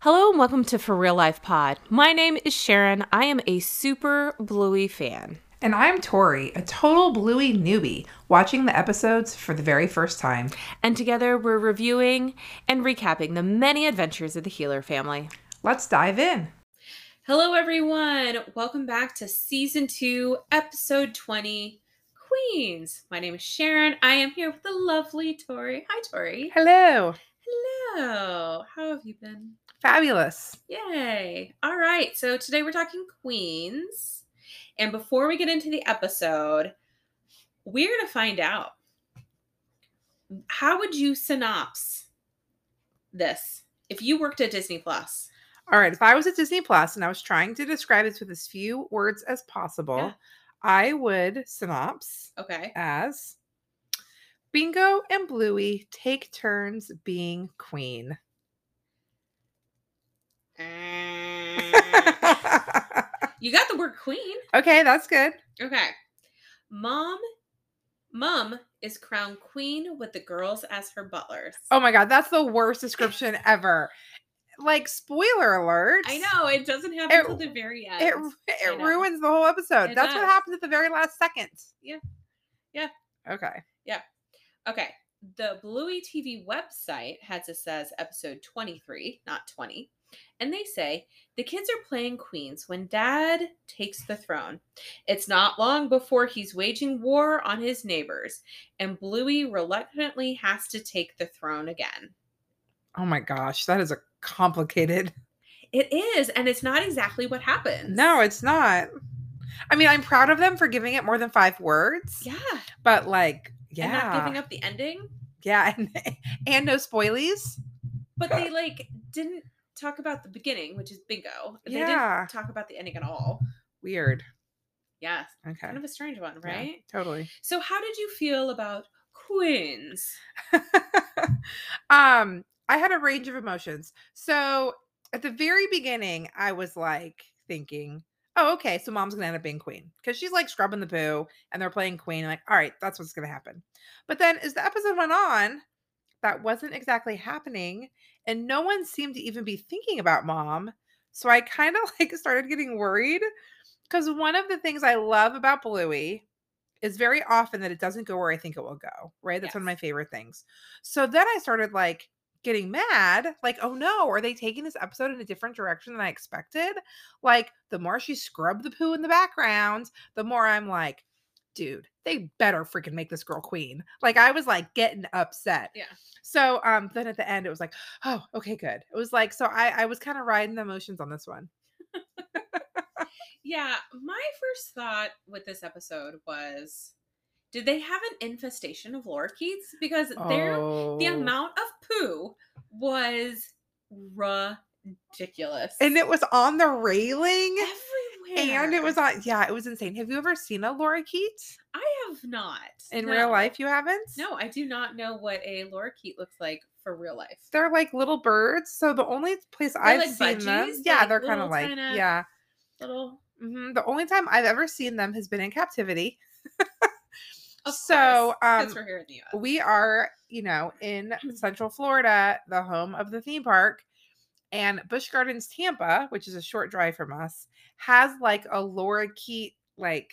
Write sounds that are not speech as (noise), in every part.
Hello and welcome to For Real Life Pod. My name is Sharon. I am a super Bluey fan. And I'm Tori, a total Bluey newbie, watching the episodes for the very first time. And together we're reviewing and recapping the many adventures of the Healer family. Let's dive in. Hello, everyone. Welcome back to season two, episode 20 Queens. My name is Sharon. I am here with the lovely Tori. Hi, Tori. Hello. Hello. How have you been? Fabulous. Yay. All right. So today we're talking Queens. And before we get into the episode, we're going to find out how would you synopsis this if you worked at Disney Plus? All right. If I was at Disney Plus and I was trying to describe this with as few words as possible, Yeah. I would synopse Okay. as Bingo and Bluey take turns being (laughs) queen. you got the word queen. okay, that's good. Okay. Mom Mom is crowned queen with the girls as her butlers. Oh my God, that's the worst description ever. Like, spoiler alert. I know it doesn't happen It- until the very end. It, ru- it know. ruins the whole episode. It That's what does. happens at the very last second. Yeah. Yeah. Okay. Okay. The Bluey TV website has it says episode 23, not 20. And they say the kids are playing Queens when dad takes the throne. It's not long before he's waging war on his neighbors, and Bluey reluctantly has to take the throne again. Oh my gosh, that is a complicated. It is, and it's not exactly what happens. No, it's not. I mean, I'm proud of them for giving it more than five words, yeah. but like, And not yeah, giving up the ending. yeah, (laughs) and, and no spoilies. But they like didn't talk about the beginning, which is bingo. They Yeah. didn't talk about the ending at all. Weird. Yes. Okay, Kind of a strange one, Yeah, right? totally. So, how did you feel about Queens? (laughs) um, I had a range of emotions. So at the very beginning, I was like thinking, oh, okay, so mom's gonna end up being queen because she's like scrubbing the poo and they're playing queen. like, all right, that's what's gonna happen. But then as the episode went on, that wasn't exactly happening, and no one seemed to even be thinking about mom. So I kind of (laughs) like started getting worried because one of the things I love about Bluey is very often that it doesn't go where I think it will go, right? That's one of my Yes. favorite things. So then I started like getting mad, like, oh no, are they taking this episode in a different direction than I expected? Like, the more she scrubbed the poo in the background, the more I'm like, dude, they better freaking make this girl queen. Like, I was like getting upset. Yeah. So um, then at the end, it was like, oh, okay, good. It was like, so I, I was kind of riding the emotions on this one. Yeah, my first thought with this episode was did they have an infestation of lorikeets? Because their the Oh. amount of poo was ridiculous. and it was on the railing everywhere. and it was on yeah it was insane have you ever seen a lorikeet I have not. in no. real life you haven't No, I do not know what a lorikeet looks like for real life. they're like little birds so the only place i've like seen them budgies? They're yeah like they're kind little of like kinda- yeah Little hmm the only time i've ever seen them has been in captivity of So, course, 'cause um, we're here in the US. we are you know in central florida the home of the theme park and bush gardens tampa which is a short drive from us has like a lorikeet like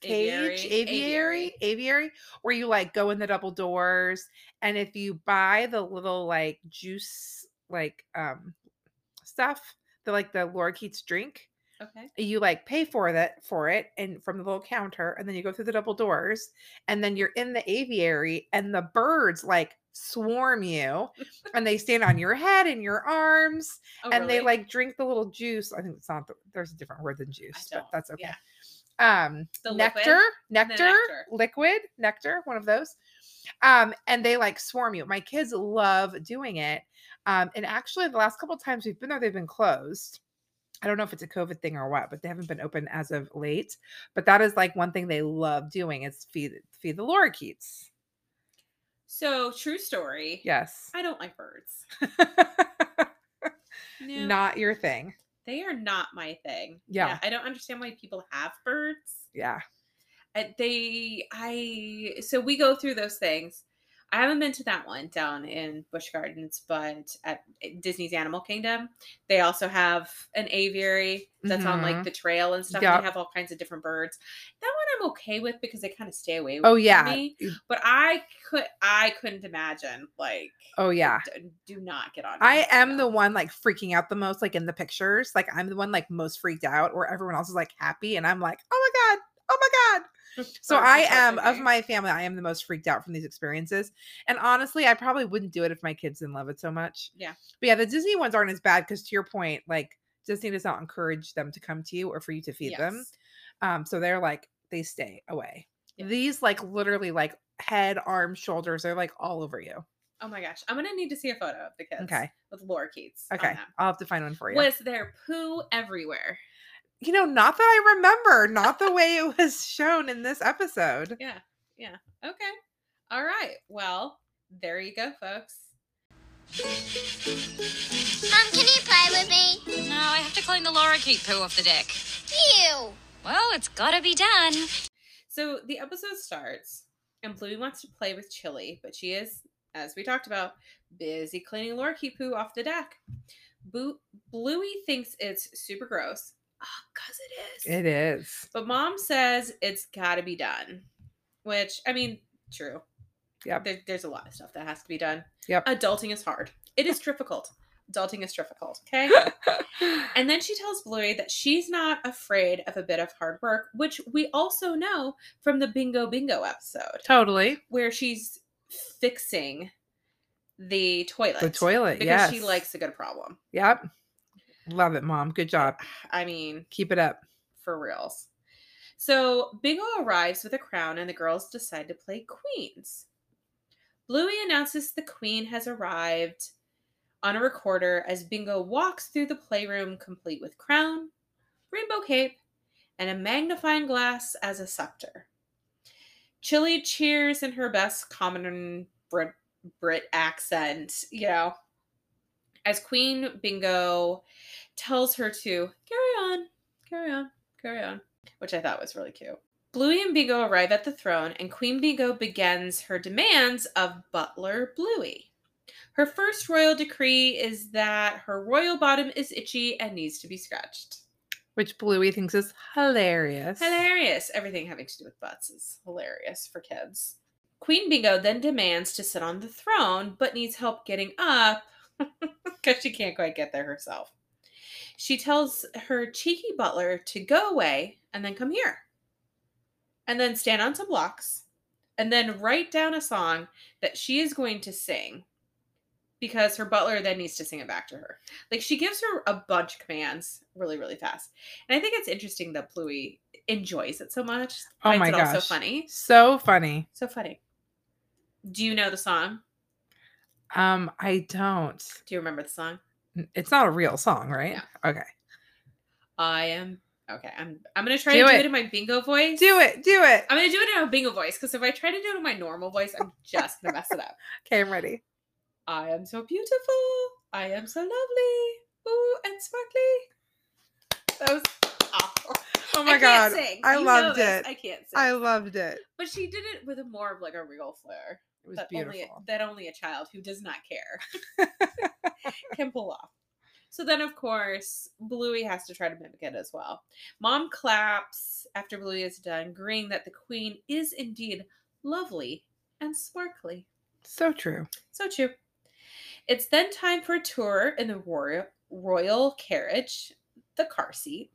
cage aviary, aviary where you like go in the double doors and if you buy the little like juice like um stuff the like the lorikeets drink Okay. you like pay for that for it and from the little counter and then you go through the double doors and then you're in the aviary and the birds like (laughs) swarm you and they stand on your head and your arms Oh, and they really? like drink the little juice i think it's not the, there's a different word than juice but don't- that's okay yeah. um The liquid. nectar, and the nectar, nectar. liquid, nectar, one of those. Um, and they like swarm you. My kids love doing it. Um, and actually, the last couple times we've been there, they've been closed. I don't know if it's a COVID thing or what, but they haven't been open as of late. But that is like one thing they love doing is feed feed the lorikeets. So true story. Yes, (laughs) I don't like birds. No, not your thing. they are not my thing. Yeah. I don't understand why people have birds. Uh, Yeah, I- They, I, so we go through those things. I haven't been to that one down in Busch Gardens, but at Disney's Animal Kingdom, they also have an aviary that's on like Mhm. the trail and stuff. Yep. They have all kinds of different birds. That one I'm okay with because they kind of stay away. Oh from yeah. me, but I could I couldn't imagine like Oh yeah. d- do not get on. I Disney am the Channel. one like freaking out the most, like in the pictures. Like I'm the one like most freaked out, where everyone else is like happy, and I'm like, oh my god, oh my god. So Birds I is am of everything. my family. I am the most freaked out from these experiences, and honestly, I probably wouldn't do it if my kids didn't love it so much. Yeah. but yeah, the Disney ones aren't as bad because to your point, like Disney does not encourage them to come to you or for you to feed them. Yes. Um, so they're like they stay away. Yeah. These like literally like head, arms, shoulders, they're like all over you. Oh my gosh, I'm gonna need to see a photo of the kids. Okay. with Laura Keats. on Okay, them. I'll have to find one for you. Was there poo everywhere? you know, not that I remember, (laughs) not the way it was shown in this episode. Yeah, yeah. Okay. All right. Well, there you go, folks. Mom, can you play with me? No, I have to clean the lorikeet poo off the deck. Ew. Well, it's gotta be done. So the episode starts, and Bluey wants to play with Chili, but she is, as we talked about, busy cleaning Lorky poo off the deck. Boo- Bluey thinks it's super gross. Ah, cause it is. It is. But mom says it's got to be done, which I mean, true. Yep. There, there's a lot of stuff that has to be done. Yep. Adulting is hard. It is difficult. Adulting is difficult. (laughs) Okay. and then she tells Bluey that she's not afraid of a bit of hard work, which we also know from the Bingo Bingo episode totally. where she's fixing the toilet. The toilet, Because yes. she likes a good problem. Yep. Love it, mom. Good job. I mean, Keep it up. for reals. So Bingo arrives with a crown, and the girls decide to play queens. Bluey announces the queen has arrived on a recorder as Bingo walks through the playroom complete with crown, rainbow cape, and a magnifying glass as a scepter. Chili cheers in her best common Brit, Brit accent, you know, as Queen Bingo tells her to carry on, carry on carry on, which I thought was really cute. Bluey and Bingo arrive at the throne, and Queen Bingo begins her demands of Butler Bluey. Her first royal decree is that her royal bottom is itchy and needs to be scratched. Which Bluey thinks is hilarious. Hilarious. Everything having to do with butts is hilarious for kids. Queen Bingo then demands to sit on the throne, but needs help getting up (laughs) because she can't quite get there herself. She tells her cheeky butler to go away and then come here, and then stand on some blocks, and then write down a song that she is going to sing because her butler then needs to sing it back to her. Like she gives her a bunch of commands really, really fast. And I think it's interesting that Bluey enjoys it so much. Oh finds my it all so gosh. funny. So funny. So funny. Do you know the song? Um, I don't. Do you remember the song? N- It's not a real song, right? Okay. I am okay. I'm I'm gonna try Do to do it. it in my bingo voice. Do it. Do it. I'm gonna do it in a bingo voice because if I try to do it in my normal voice, I'm just gonna mess it up. Okay, I'm ready. I am so beautiful. I am so lovely. Ooh, and sparkly. That was awful. (laughs) Oh I my can't god. sing. I You know loved this. it. I can't sing. I loved it. but she did it with a more of like a regal flair. It was that only beautiful. that only a child who does not care (laughs) (laughs) can pull off. So then, of course, Bluey has to try to mimic it as well. Mom claps after Bluey is done, agreeing that the queen is indeed lovely and sparkly. So true. So true. It's then time for a tour in the royal, royal carriage, the car seat,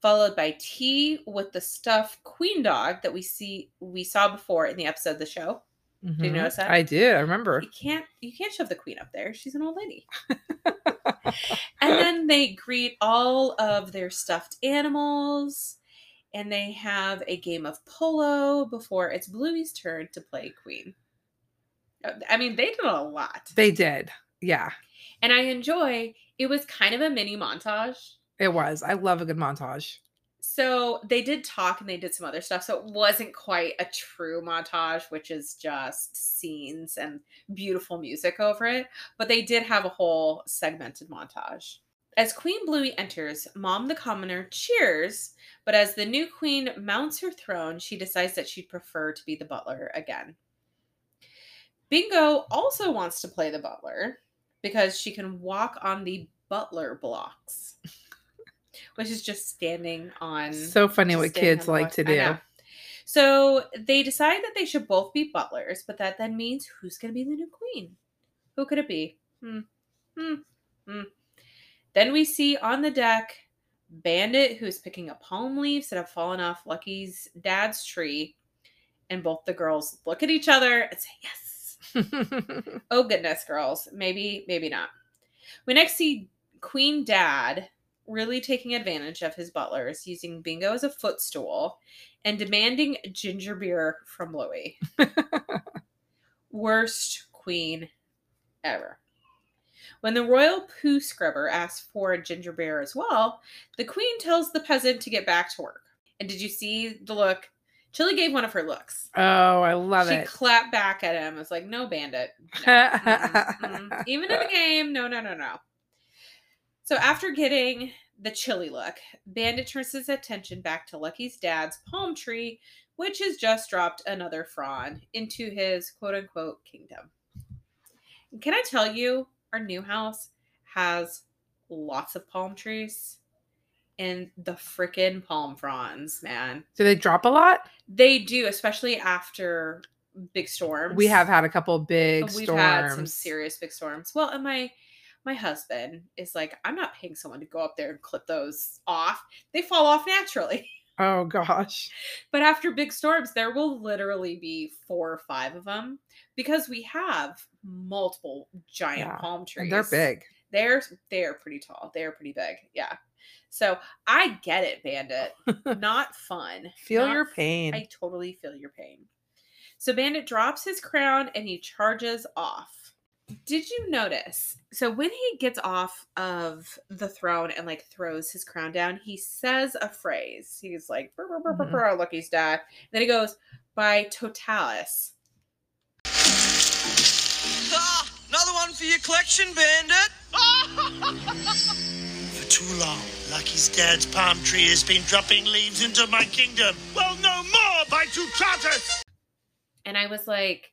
followed by tea with the stuffed queen dog that we see we saw before in the episode of the show. you Mhm. notice that? I did. I remember. You can't you can't shove the queen up there. She's an old lady. (laughs) and then they greet all of their stuffed animals and they have a game of polo before it's Bluey's turn to play queen. Uh, I mean, they did a lot. They did. Yeah. And I enjoy it was kind of a mini montage. It was. I love a good montage. So they did talk and they did some other stuff. So it wasn't quite a true montage, which is just scenes and beautiful music over it. But they did have a whole segmented montage. As Queen Bluey enters, Mom the Commoner cheers, but as the new queen mounts her throne, she decides that she'd prefer to be the butler again. Bingo also wants to play the butler because she can walk on the butler blocks, (laughs) which is just standing on. So funny just standing on what kids the like blocks. to I know. do. So they decide that they should both be butlers, but that then means who's going to be the new queen? Who could it be? Hmm. Hmm. Hmm. Then we see on the deck Bandit, who's picking up palm leaves that have fallen off Lucky's dad's tree. And both the girls look at each other and say, Yes. Oh, goodness, girls. Maybe, maybe not. We next see Queen Dad really taking advantage of his butlers, using Bingo as a footstool and demanding ginger beer from (laughs) Louie. Worst queen ever. When the royal poo scrubber asks for a ginger beer as well, the queen tells the peasant to get back to work. And did you see the look? Chili gave one of her looks. (laughs) oh, I love she it. clapped back at him. It's like, no, bandit. Mm, mm. Even in the game, no, no, no, no. So after getting the chilly look, Bandit turns his attention back to Lucky's dad's palm tree, which has just dropped another frond into his quote unquote kingdom. And Can I tell you, our new house has lots of palm trees and the frickin' palm fronds, man. (laughs) do they drop a lot? They do, especially after big storms. We have had a couple big We've storms. had some serious big storms. Well, and my my husband is like, I'm not paying someone to go up there and clip those off. They fall off naturally. (laughs) oh gosh. But after big storms, there will literally be four or five of them because we have multiple giant Yeah, palm trees. And they're big. They're they are pretty tall. They are pretty big. Yeah. So I get it, (laughs) Bandit. Not fun. Feel Not your pain. I totally feel your pain. So Bandit drops his crown and he charges off. Did you notice? So when he gets off of the throne and like throws his crown down, he says a phrase. He's like, "Brr, brr, brr, brr, Mhm. brr, Lucky's dad. Then he goes, by Totalis. Ah, (laughs) another one for your collection, Bandit. (laughs) For too long, Lucky's dad's palm tree has been dropping leaves into my kingdom. Well, no more by Tutratus! And I was like,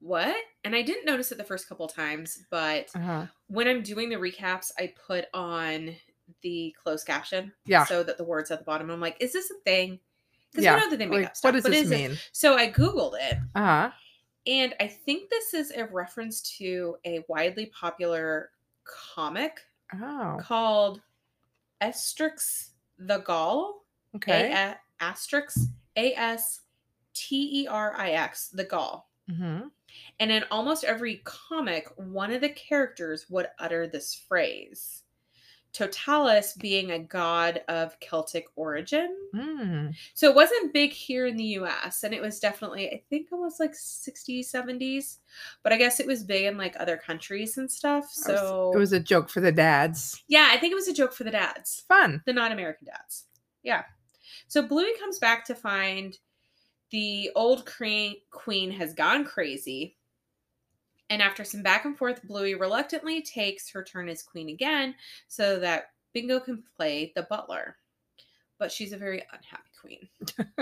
what? And I didn't notice it the first couple times, but uh-huh. when I'm doing the recaps, I put on the closed caption. Yeah. So that the words at the bottom, I'm like, is this a thing? Because Yeah, we know that they make Like, up stuff. what does but this is it- mean? So I Googled it, Uh huh. and I think this is a reference to a widely popular comic Oh. called Asterix the Gaul. Okay. A- Asterix, A S T E R I X, the Gaul. Mhm. And in almost every comic, one of the characters would utter this phrase Totalis being a god of Celtic origin. Mm. So it wasn't big here in the US, and it was definitely, I think, almost like 60s, 70s, but I guess it was big in like other countries and stuff. That was- So it was a joke for the dads. yeah, I think it was a joke for the dads It's fun. the non-American dads. Yeah. So Bluey comes back to find the old cre- queen has gone crazy. And after some back and forth, Bluey reluctantly takes her turn as queen again so that Bingo can play the butler. But she's a very unhappy queen.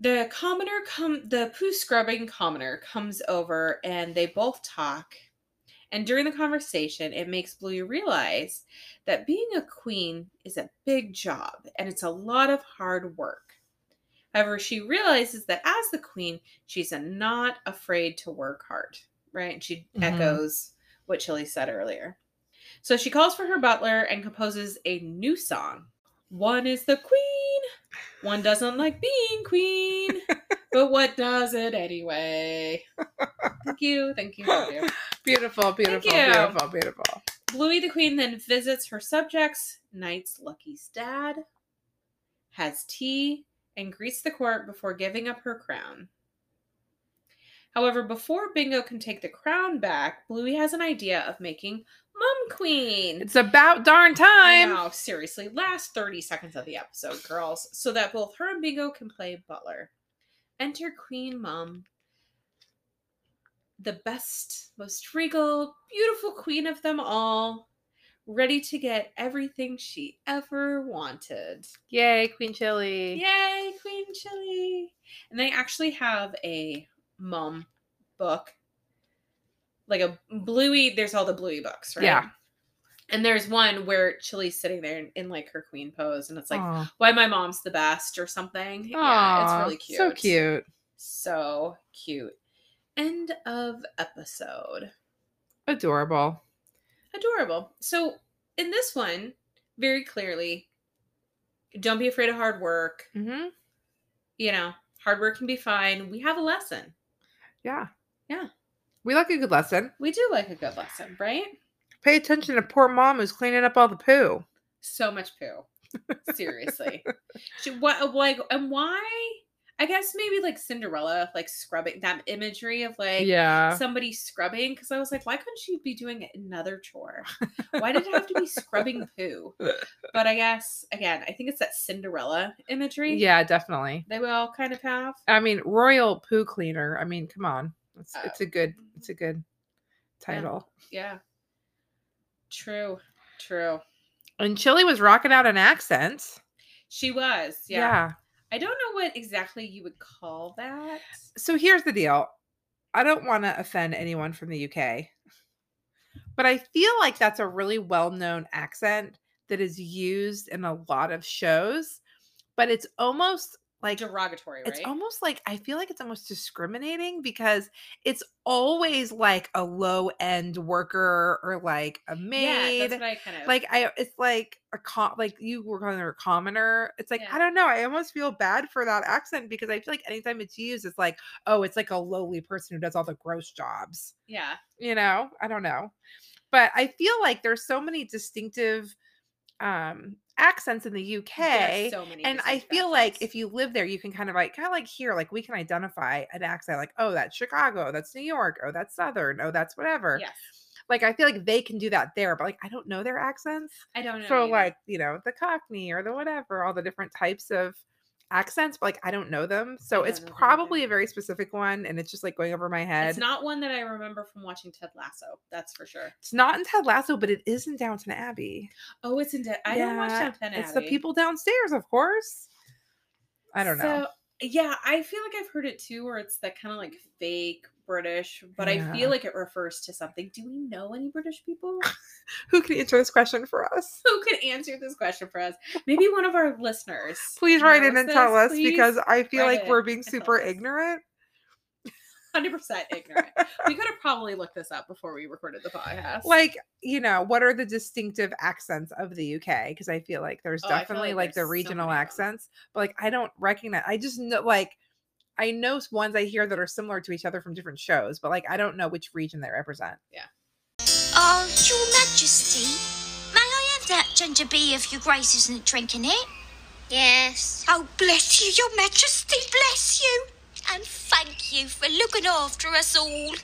the commoner come the poo scrubbing commoner comes over and they both talk. And during the conversation, it makes Bluey realize that being a queen is a big job and it's a lot of hard work. However, she realizes that as the queen, she's a not afraid to work hard, right? And she Mhm. echoes what Chili said earlier. So she calls for her butler and composes a new song. One is the queen, one doesn't like being queen, but what does it anyway? Thank you, thank you, thank you. Beautiful, beautiful, you. beautiful, beautiful. Bluey the Queen then visits her subjects, knights Lucky's dad, has tea, and greets the court before giving up her crown. However, before Bingo can take the crown back, Bluey has an idea of making Mum Queen. It's about darn I time. know, seriously, last 30 seconds of the episode, girls, so that both her and Bingo can play butler. Enter Queen Mum, the best, most regal, beautiful queen of them all, ready to get everything she ever wanted. Yay, Queen Chili. Yay, Queen Chili! And they actually have a mom book. Like a Bluey, there's all the Bluey books, right? Yeah. And there's one where Chili's sitting there in, in like her queen pose, and it's like, Aw. why my mom's the best or something. Aw, yeah, it's really cute. So cute. So cute. End of episode. Adorable. Adorable. So in this one, very clearly, don't be afraid of hard work. Mm-hmm. You know, hard work can be fine. We have a lesson. Yeah. Yeah. We like a good lesson. We do like a good lesson, right? Pay attention to poor mom who's cleaning up all the poo. So much poo. (laughs) Seriously. She, what like and why? I guess maybe like Cinderella, like scrubbing that imagery of like Yeah. somebody scrubbing because I was like, why couldn't she be doing another chore? Why did it have to be (laughs) scrubbing poo? But I guess again, I think it's that Cinderella imagery. Yeah, definitely. they all kind of have. I mean, Royal Poo Cleaner. I mean, come on. It's, it's Oh. a good it's a good Yeah. title. Yeah. True. True. And Chili was rocking out an accent. She was. Yeah. yeah. I don't know what exactly you would call that. so here's the deal. I don't want to offend anyone from the UK, but I feel like that's a really well known accent that is used in a lot of shows, but it's almost like. Derogatory, It's right? almost like I feel like it's almost discriminating because it's always like a low end worker or like a yeah, maid. that's what I kind of like I it's like a com like you were calling her a commoner. It's like Yeah. I don't know. I almost feel bad for that accent because I feel like anytime it's used, it's like, oh, it's like a lowly person who does all the gross jobs. Yeah. You know? I don't know. But I feel like there's so many distinctive um accents in the UK. There's so many and I distinct feel like accents. if you live there, you can kind of like kind of like here, like we can identify an accent, like, oh, that's Chicago, that's New York, oh, that's Southern, oh, that's whatever. Yes. Like I feel like they can do that there, but like I don't know their accents I don't know. so either. like you know the cockney or the whatever all the different types of accents but like i don't know them so don't it's know them either. probably a very specific one and it's just like going over my head it's not one that I remember from watching Ted Lasso, that's for sure. It's not in ted lasso but it is in downton abbey Oh, it's in. De- I don't watch Yeah, Downton Abbey. it's the people downstairs of course i don't know So yeah, I feel like I've heard it too, where it's that kind of like fake British, but I Yeah. feel like it refers to something. Do we know any British people (laughs) who can answer this question for us who could answer this question for us? Maybe one of our listeners. please write in and tell us because i feel write like in we're being and tell super us. ignorant hundred percent ignorant. we could have probably looked this up before we recorded the podcast. like you know what are the distinctive accents of the uk because i feel like there's Oh, I feel definitely like like, the there's so regional many of 'em. accents but like i don't recognize i just know like i know s- ones i hear that are similar to each other from different shows but like i don't know which region they represent Oh, Your Majesty, may I have that ginger beer if Your Grace isn't drinking it? Yes. Oh, bless you, Your Majesty, bless you. And thank you for looking after us all.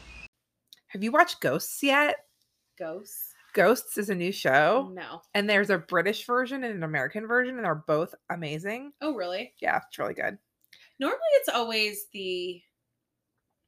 have you watched ghosts yet ghosts. ghosts is a new show No. and there's a british version and an american version and they're both amazing Oh, really? yeah it's really good Normally, it's always the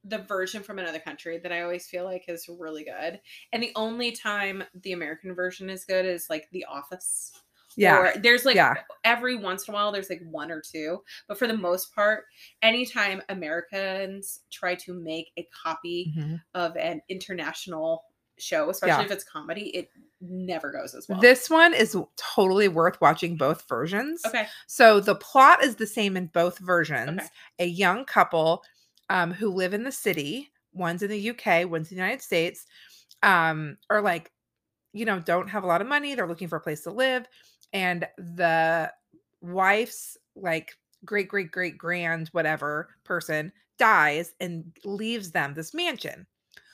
the version from another country that I always feel like is really good. And the only time the American version is good is like The Office. yeah Or there's like yeah every once in a while, there's like one or two. But for the most part, anytime Americans try to make a copy Mhm. of an international show, especially Yeah. if it's comedy, it never goes as well. This one is totally worth watching both versions. okay. So the plot is the same in both versions. Okay. A young couple um, who live in the city, one's in the UK, one's in the United States, um, are like, you know, don't have a lot of money. They're looking for a place to live. And the wife's like great, great, great, grand, whatever person dies and leaves them this mansion.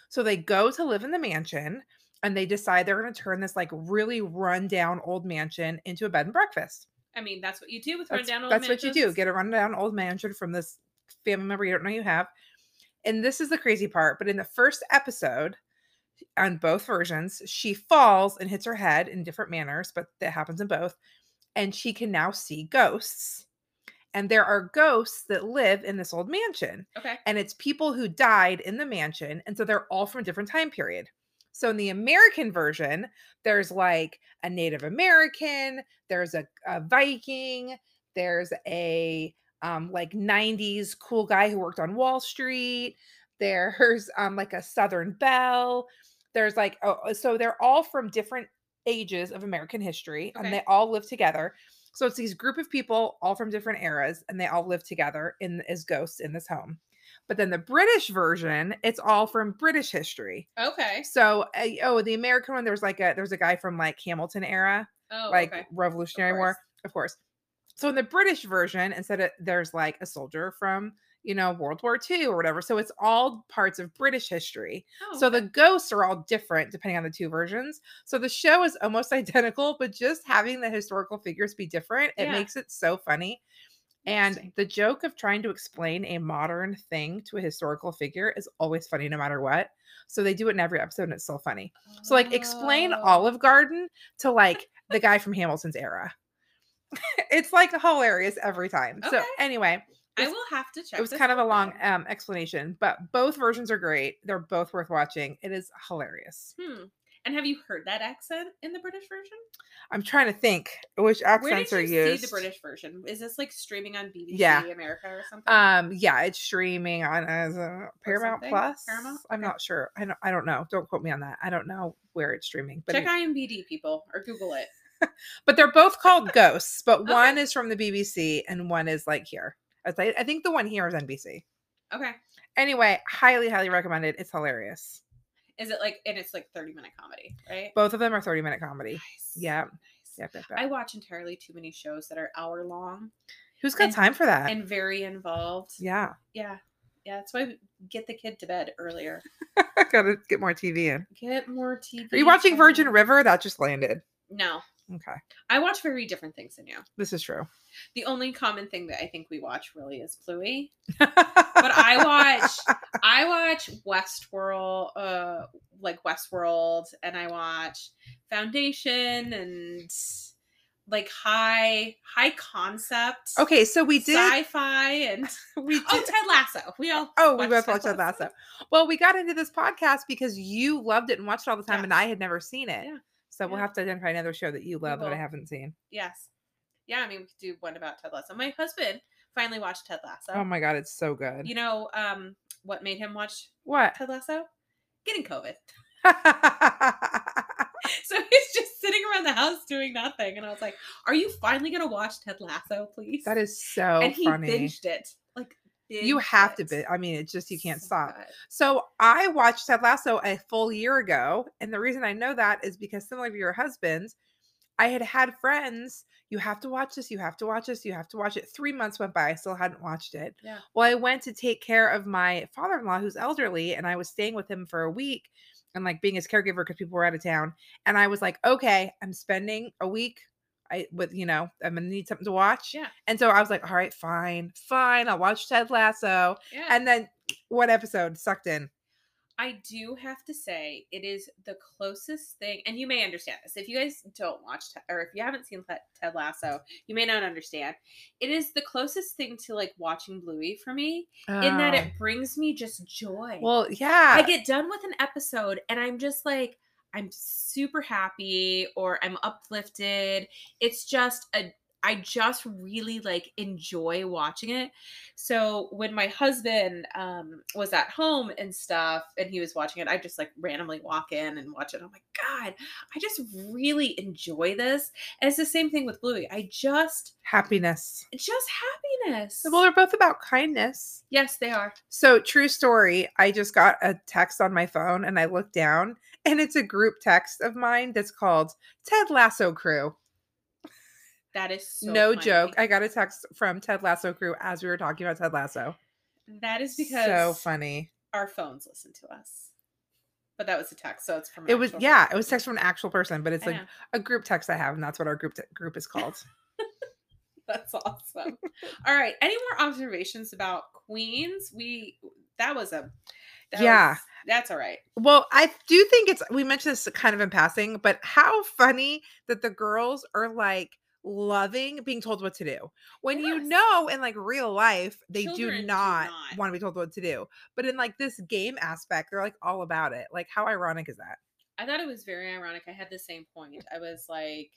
So they go to live in the mansion and they decide they're going to turn this like really run down old mansion into a bed and breakfast I mean, that's what you do with that's, rundown old that's what you do mansions. get a rundown old mansion from this family member you don't know you have and this is the crazy part but in the first episode on both versions she falls and hits her head in different manners but that happens in both and she can now see ghosts and there are ghosts that live in this old mansion Okay. and it's people who died in the mansion and so they're all from a different time period so in the american version there's like a native american there's a, a viking there's a um, like 90s cool guy who worked on wall street (laughs) There's um like a Southern Belle. There's like oh, so they're all from different ages of American history, and Okay. they all live together. So it's these group of people all from different eras, and they all live together in as ghosts in this home. But then the British version, it's all from British history. Okay. So uh, oh, the American one, there's like a there's a guy from like Hamilton era Oh, like okay. Revolutionary War, course. of course. So in the British version, instead of there's like a soldier from you know World War II or whatever. So it's all parts of British history. Oh, So okay. the ghosts are all different depending on the two versions. So the show is almost (laughs) identical, but just having the historical figures be different, it Yeah. makes it so funny. And Interesting. the joke of trying to explain a modern thing to a historical figure is always funny no matter what. So they do it in every episode and it's still funny. So like explain Oh. Olive Garden to like the guy from Hamilton's era. (laughs) it's like hilarious every time. So Okay. anyway, I was- will have to check. it was this kind of a out long then. um, explanation, but both versions are great. They're both worth watching. It is hilarious. Hmm. And have you heard that accent in the British version? I'm trying to think which accents Where did you are used. see the British version? Is this like streaming on BBC Yeah. America or something? Um, yeah, it's streaming on as a Paramount something? Plus. Paramount? I'm not sure. I don't. I don't know. Don't quote me on that. I don't know where it's streaming. But Check it- IMBD, people, or Google it. but they're (laughs) both called ghosts. But Okay. one is from the BBC and one is like here. I th- I think the one here is NBC. Okay. Anyway, highly, highly recommended. It's hilarious. Is it like, and it's like 30 minute comedy, right? Both of them are 30 minute comedy. Nice. Yeah. Nice. Yep, yep, yep. I watch entirely too many shows that are hour long Who's got and- time for that? and very involved. yeah. Yeah. Yeah. That's why we get the kid to bed earlier. I (laughs) gotta get more TV in. Get more TV. Are you watching Virgin time. River? That just landed. No. Okay. I watch very different things than you. This is true. The only common thing that I think we watch really is Bluey. but (laughs) But I watch I watch Westworld uh like Westworld and I watch Foundation and like high high concept (laughs) Okay, so we did sci-fi and (laughs) we did Oh Ted Lasso. We all Oh, we watched both watched that last Well, we got into this podcast because you loved it and watched it all the time, and I had never seen it. Yeah. So we'll Yeah. have to identify another show that you love that I will. haven't seen. Yes. Yeah, I mean we could do one about Ted Lasso. My husband finally watched Ted Lasso. Oh my god, it's so good. you know um what made him watch (laughs) what? (laughs) Ted Lasso? Getting COVID. (laughs) I So he's just sitting around the house doing nothing. And I was like, Are you finally gonna watch Ted Lasso, please? that is so and he funny. binged it. Like you have to binge. be. I mean, it's just you can't So stop. good. So I watched Ted Lasso a full year ago, and the reason I know that is because similar to your husband's, I had had friends. You have to watch this. You have to watch this. You have to watch it. Three months went by. I still hadn't watched it. Yeah. Well, I went to take care of my father-in-law who's elderly, and I was staying with him for a week and like being his caregiver because people were out of town. And I was like, okay, I'm spending a week. I with you know I'm gonna need something to watch. Yeah. And so I was like, all right, fine, fine. I'll watch Ted Lasso. Yeah. And then one episode sucked in. I do have to say, it is the closest thing, and you may understand this if you guys don't watch Ted, or if you haven't seen Ted- Ted Lasso, you may not understand. It is the closest thing to like watching Bluey for me, in that it brings me just joy. Ah. well yeah I get done with an episode and I'm just like, I'm super happy or I'm uplifted. It's just a I just really like enjoy watching it. So when my husband um was at home and stuff and he was watching it, I just like randomly walk in and watch it. I'm like, God, I just really enjoy this. And it's the same thing with Bluey. I just happiness just happiness. well they're both about kindness yes, they are. so true story i just got a text on my phone and i looked down and it's a group text of mine that's called ted lasso crew That is so no funny. joke i got a text from ted lasso crew as we were talking about ted lasso that is because so funny our phones listen to us. But that was a text, so it's from an it was actual yeah person. it was text from an actual person but it's I like know. (laughs) a group text i have and that's what our group te- group is called that's awesome. All right, any more observations about Queens? We that was a that Yeah. was- that's all right. Well, I do think it's we mentioned this kind of in passing, but how funny that the girls are like loving being told what to do. When you Yes. know in like real life, they Children do do not, not. want to be told what to do. But in like this game aspect, they're like all about it. Like how ironic is that? I thought it was very ironic. I had the same point. I was like,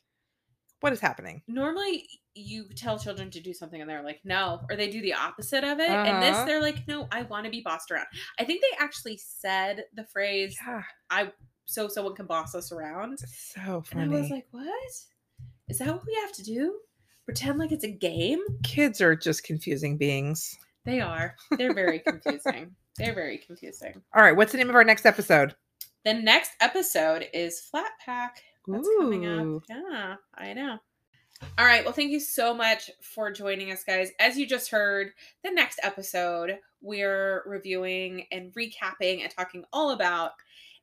What is happening? normally you tell children to do something and they're like no or they do the opposite of it and this Uh-huh. they're like no i want to be bossed around i think they actually said the phrase Yeah, so someone can boss us around it's so funny. and i was like what is that what we have to do pretend like it's a game Kids are just confusing beings. they are they're (laughs) very confusing they're very confusing All right, what's the name of our next episode? the next episode is flat pack That's coming Ooh. up. Yeah, I know. All right. Well, thank you so much for joining us, guys. As you just heard, the next episode, we're reviewing and recapping and talking all about,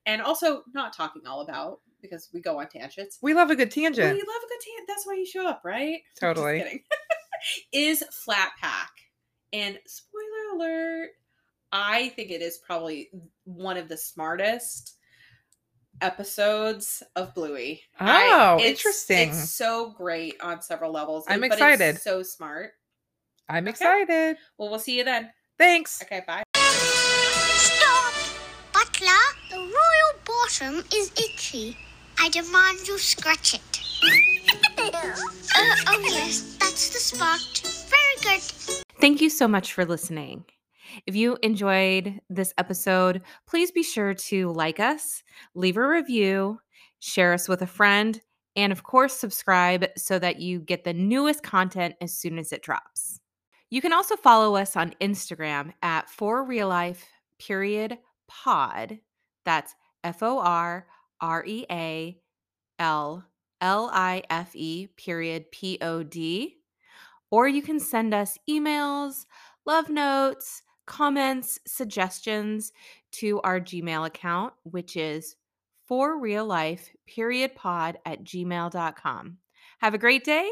and also not talking all about because we go on tangents. We love a good We love a tangent. good tangent. That's why you show up, right? Just Totally. kidding. (laughs) is Flat Pack. And spoiler alert, I think it is probably one of the smartest episodes of Bluey. I- Oh, it's- interesting. It's so great on several levels. I'm but it's excited. so smart. I'm excited. Well, we'll see you then. Thanks. Okay, bye. Stop! Butler, the royal bottom is itchy. I demand you scratch (laughs) it. uh, oh, yes, that's the spot. Very good. Thank you so much for listening. If you enjoyed this episode, please be sure to like us, leave a review, share us with a friend, and of course, subscribe so that you get the newest content as soon as it drops. You can also follow us on Instagram at for real life period pod. That's F O R R E A L L I F E period P O D or you can send us emails, love notes, comments, suggestions to our Gmail account, which is for real life period pod at gmail.com. Have a great day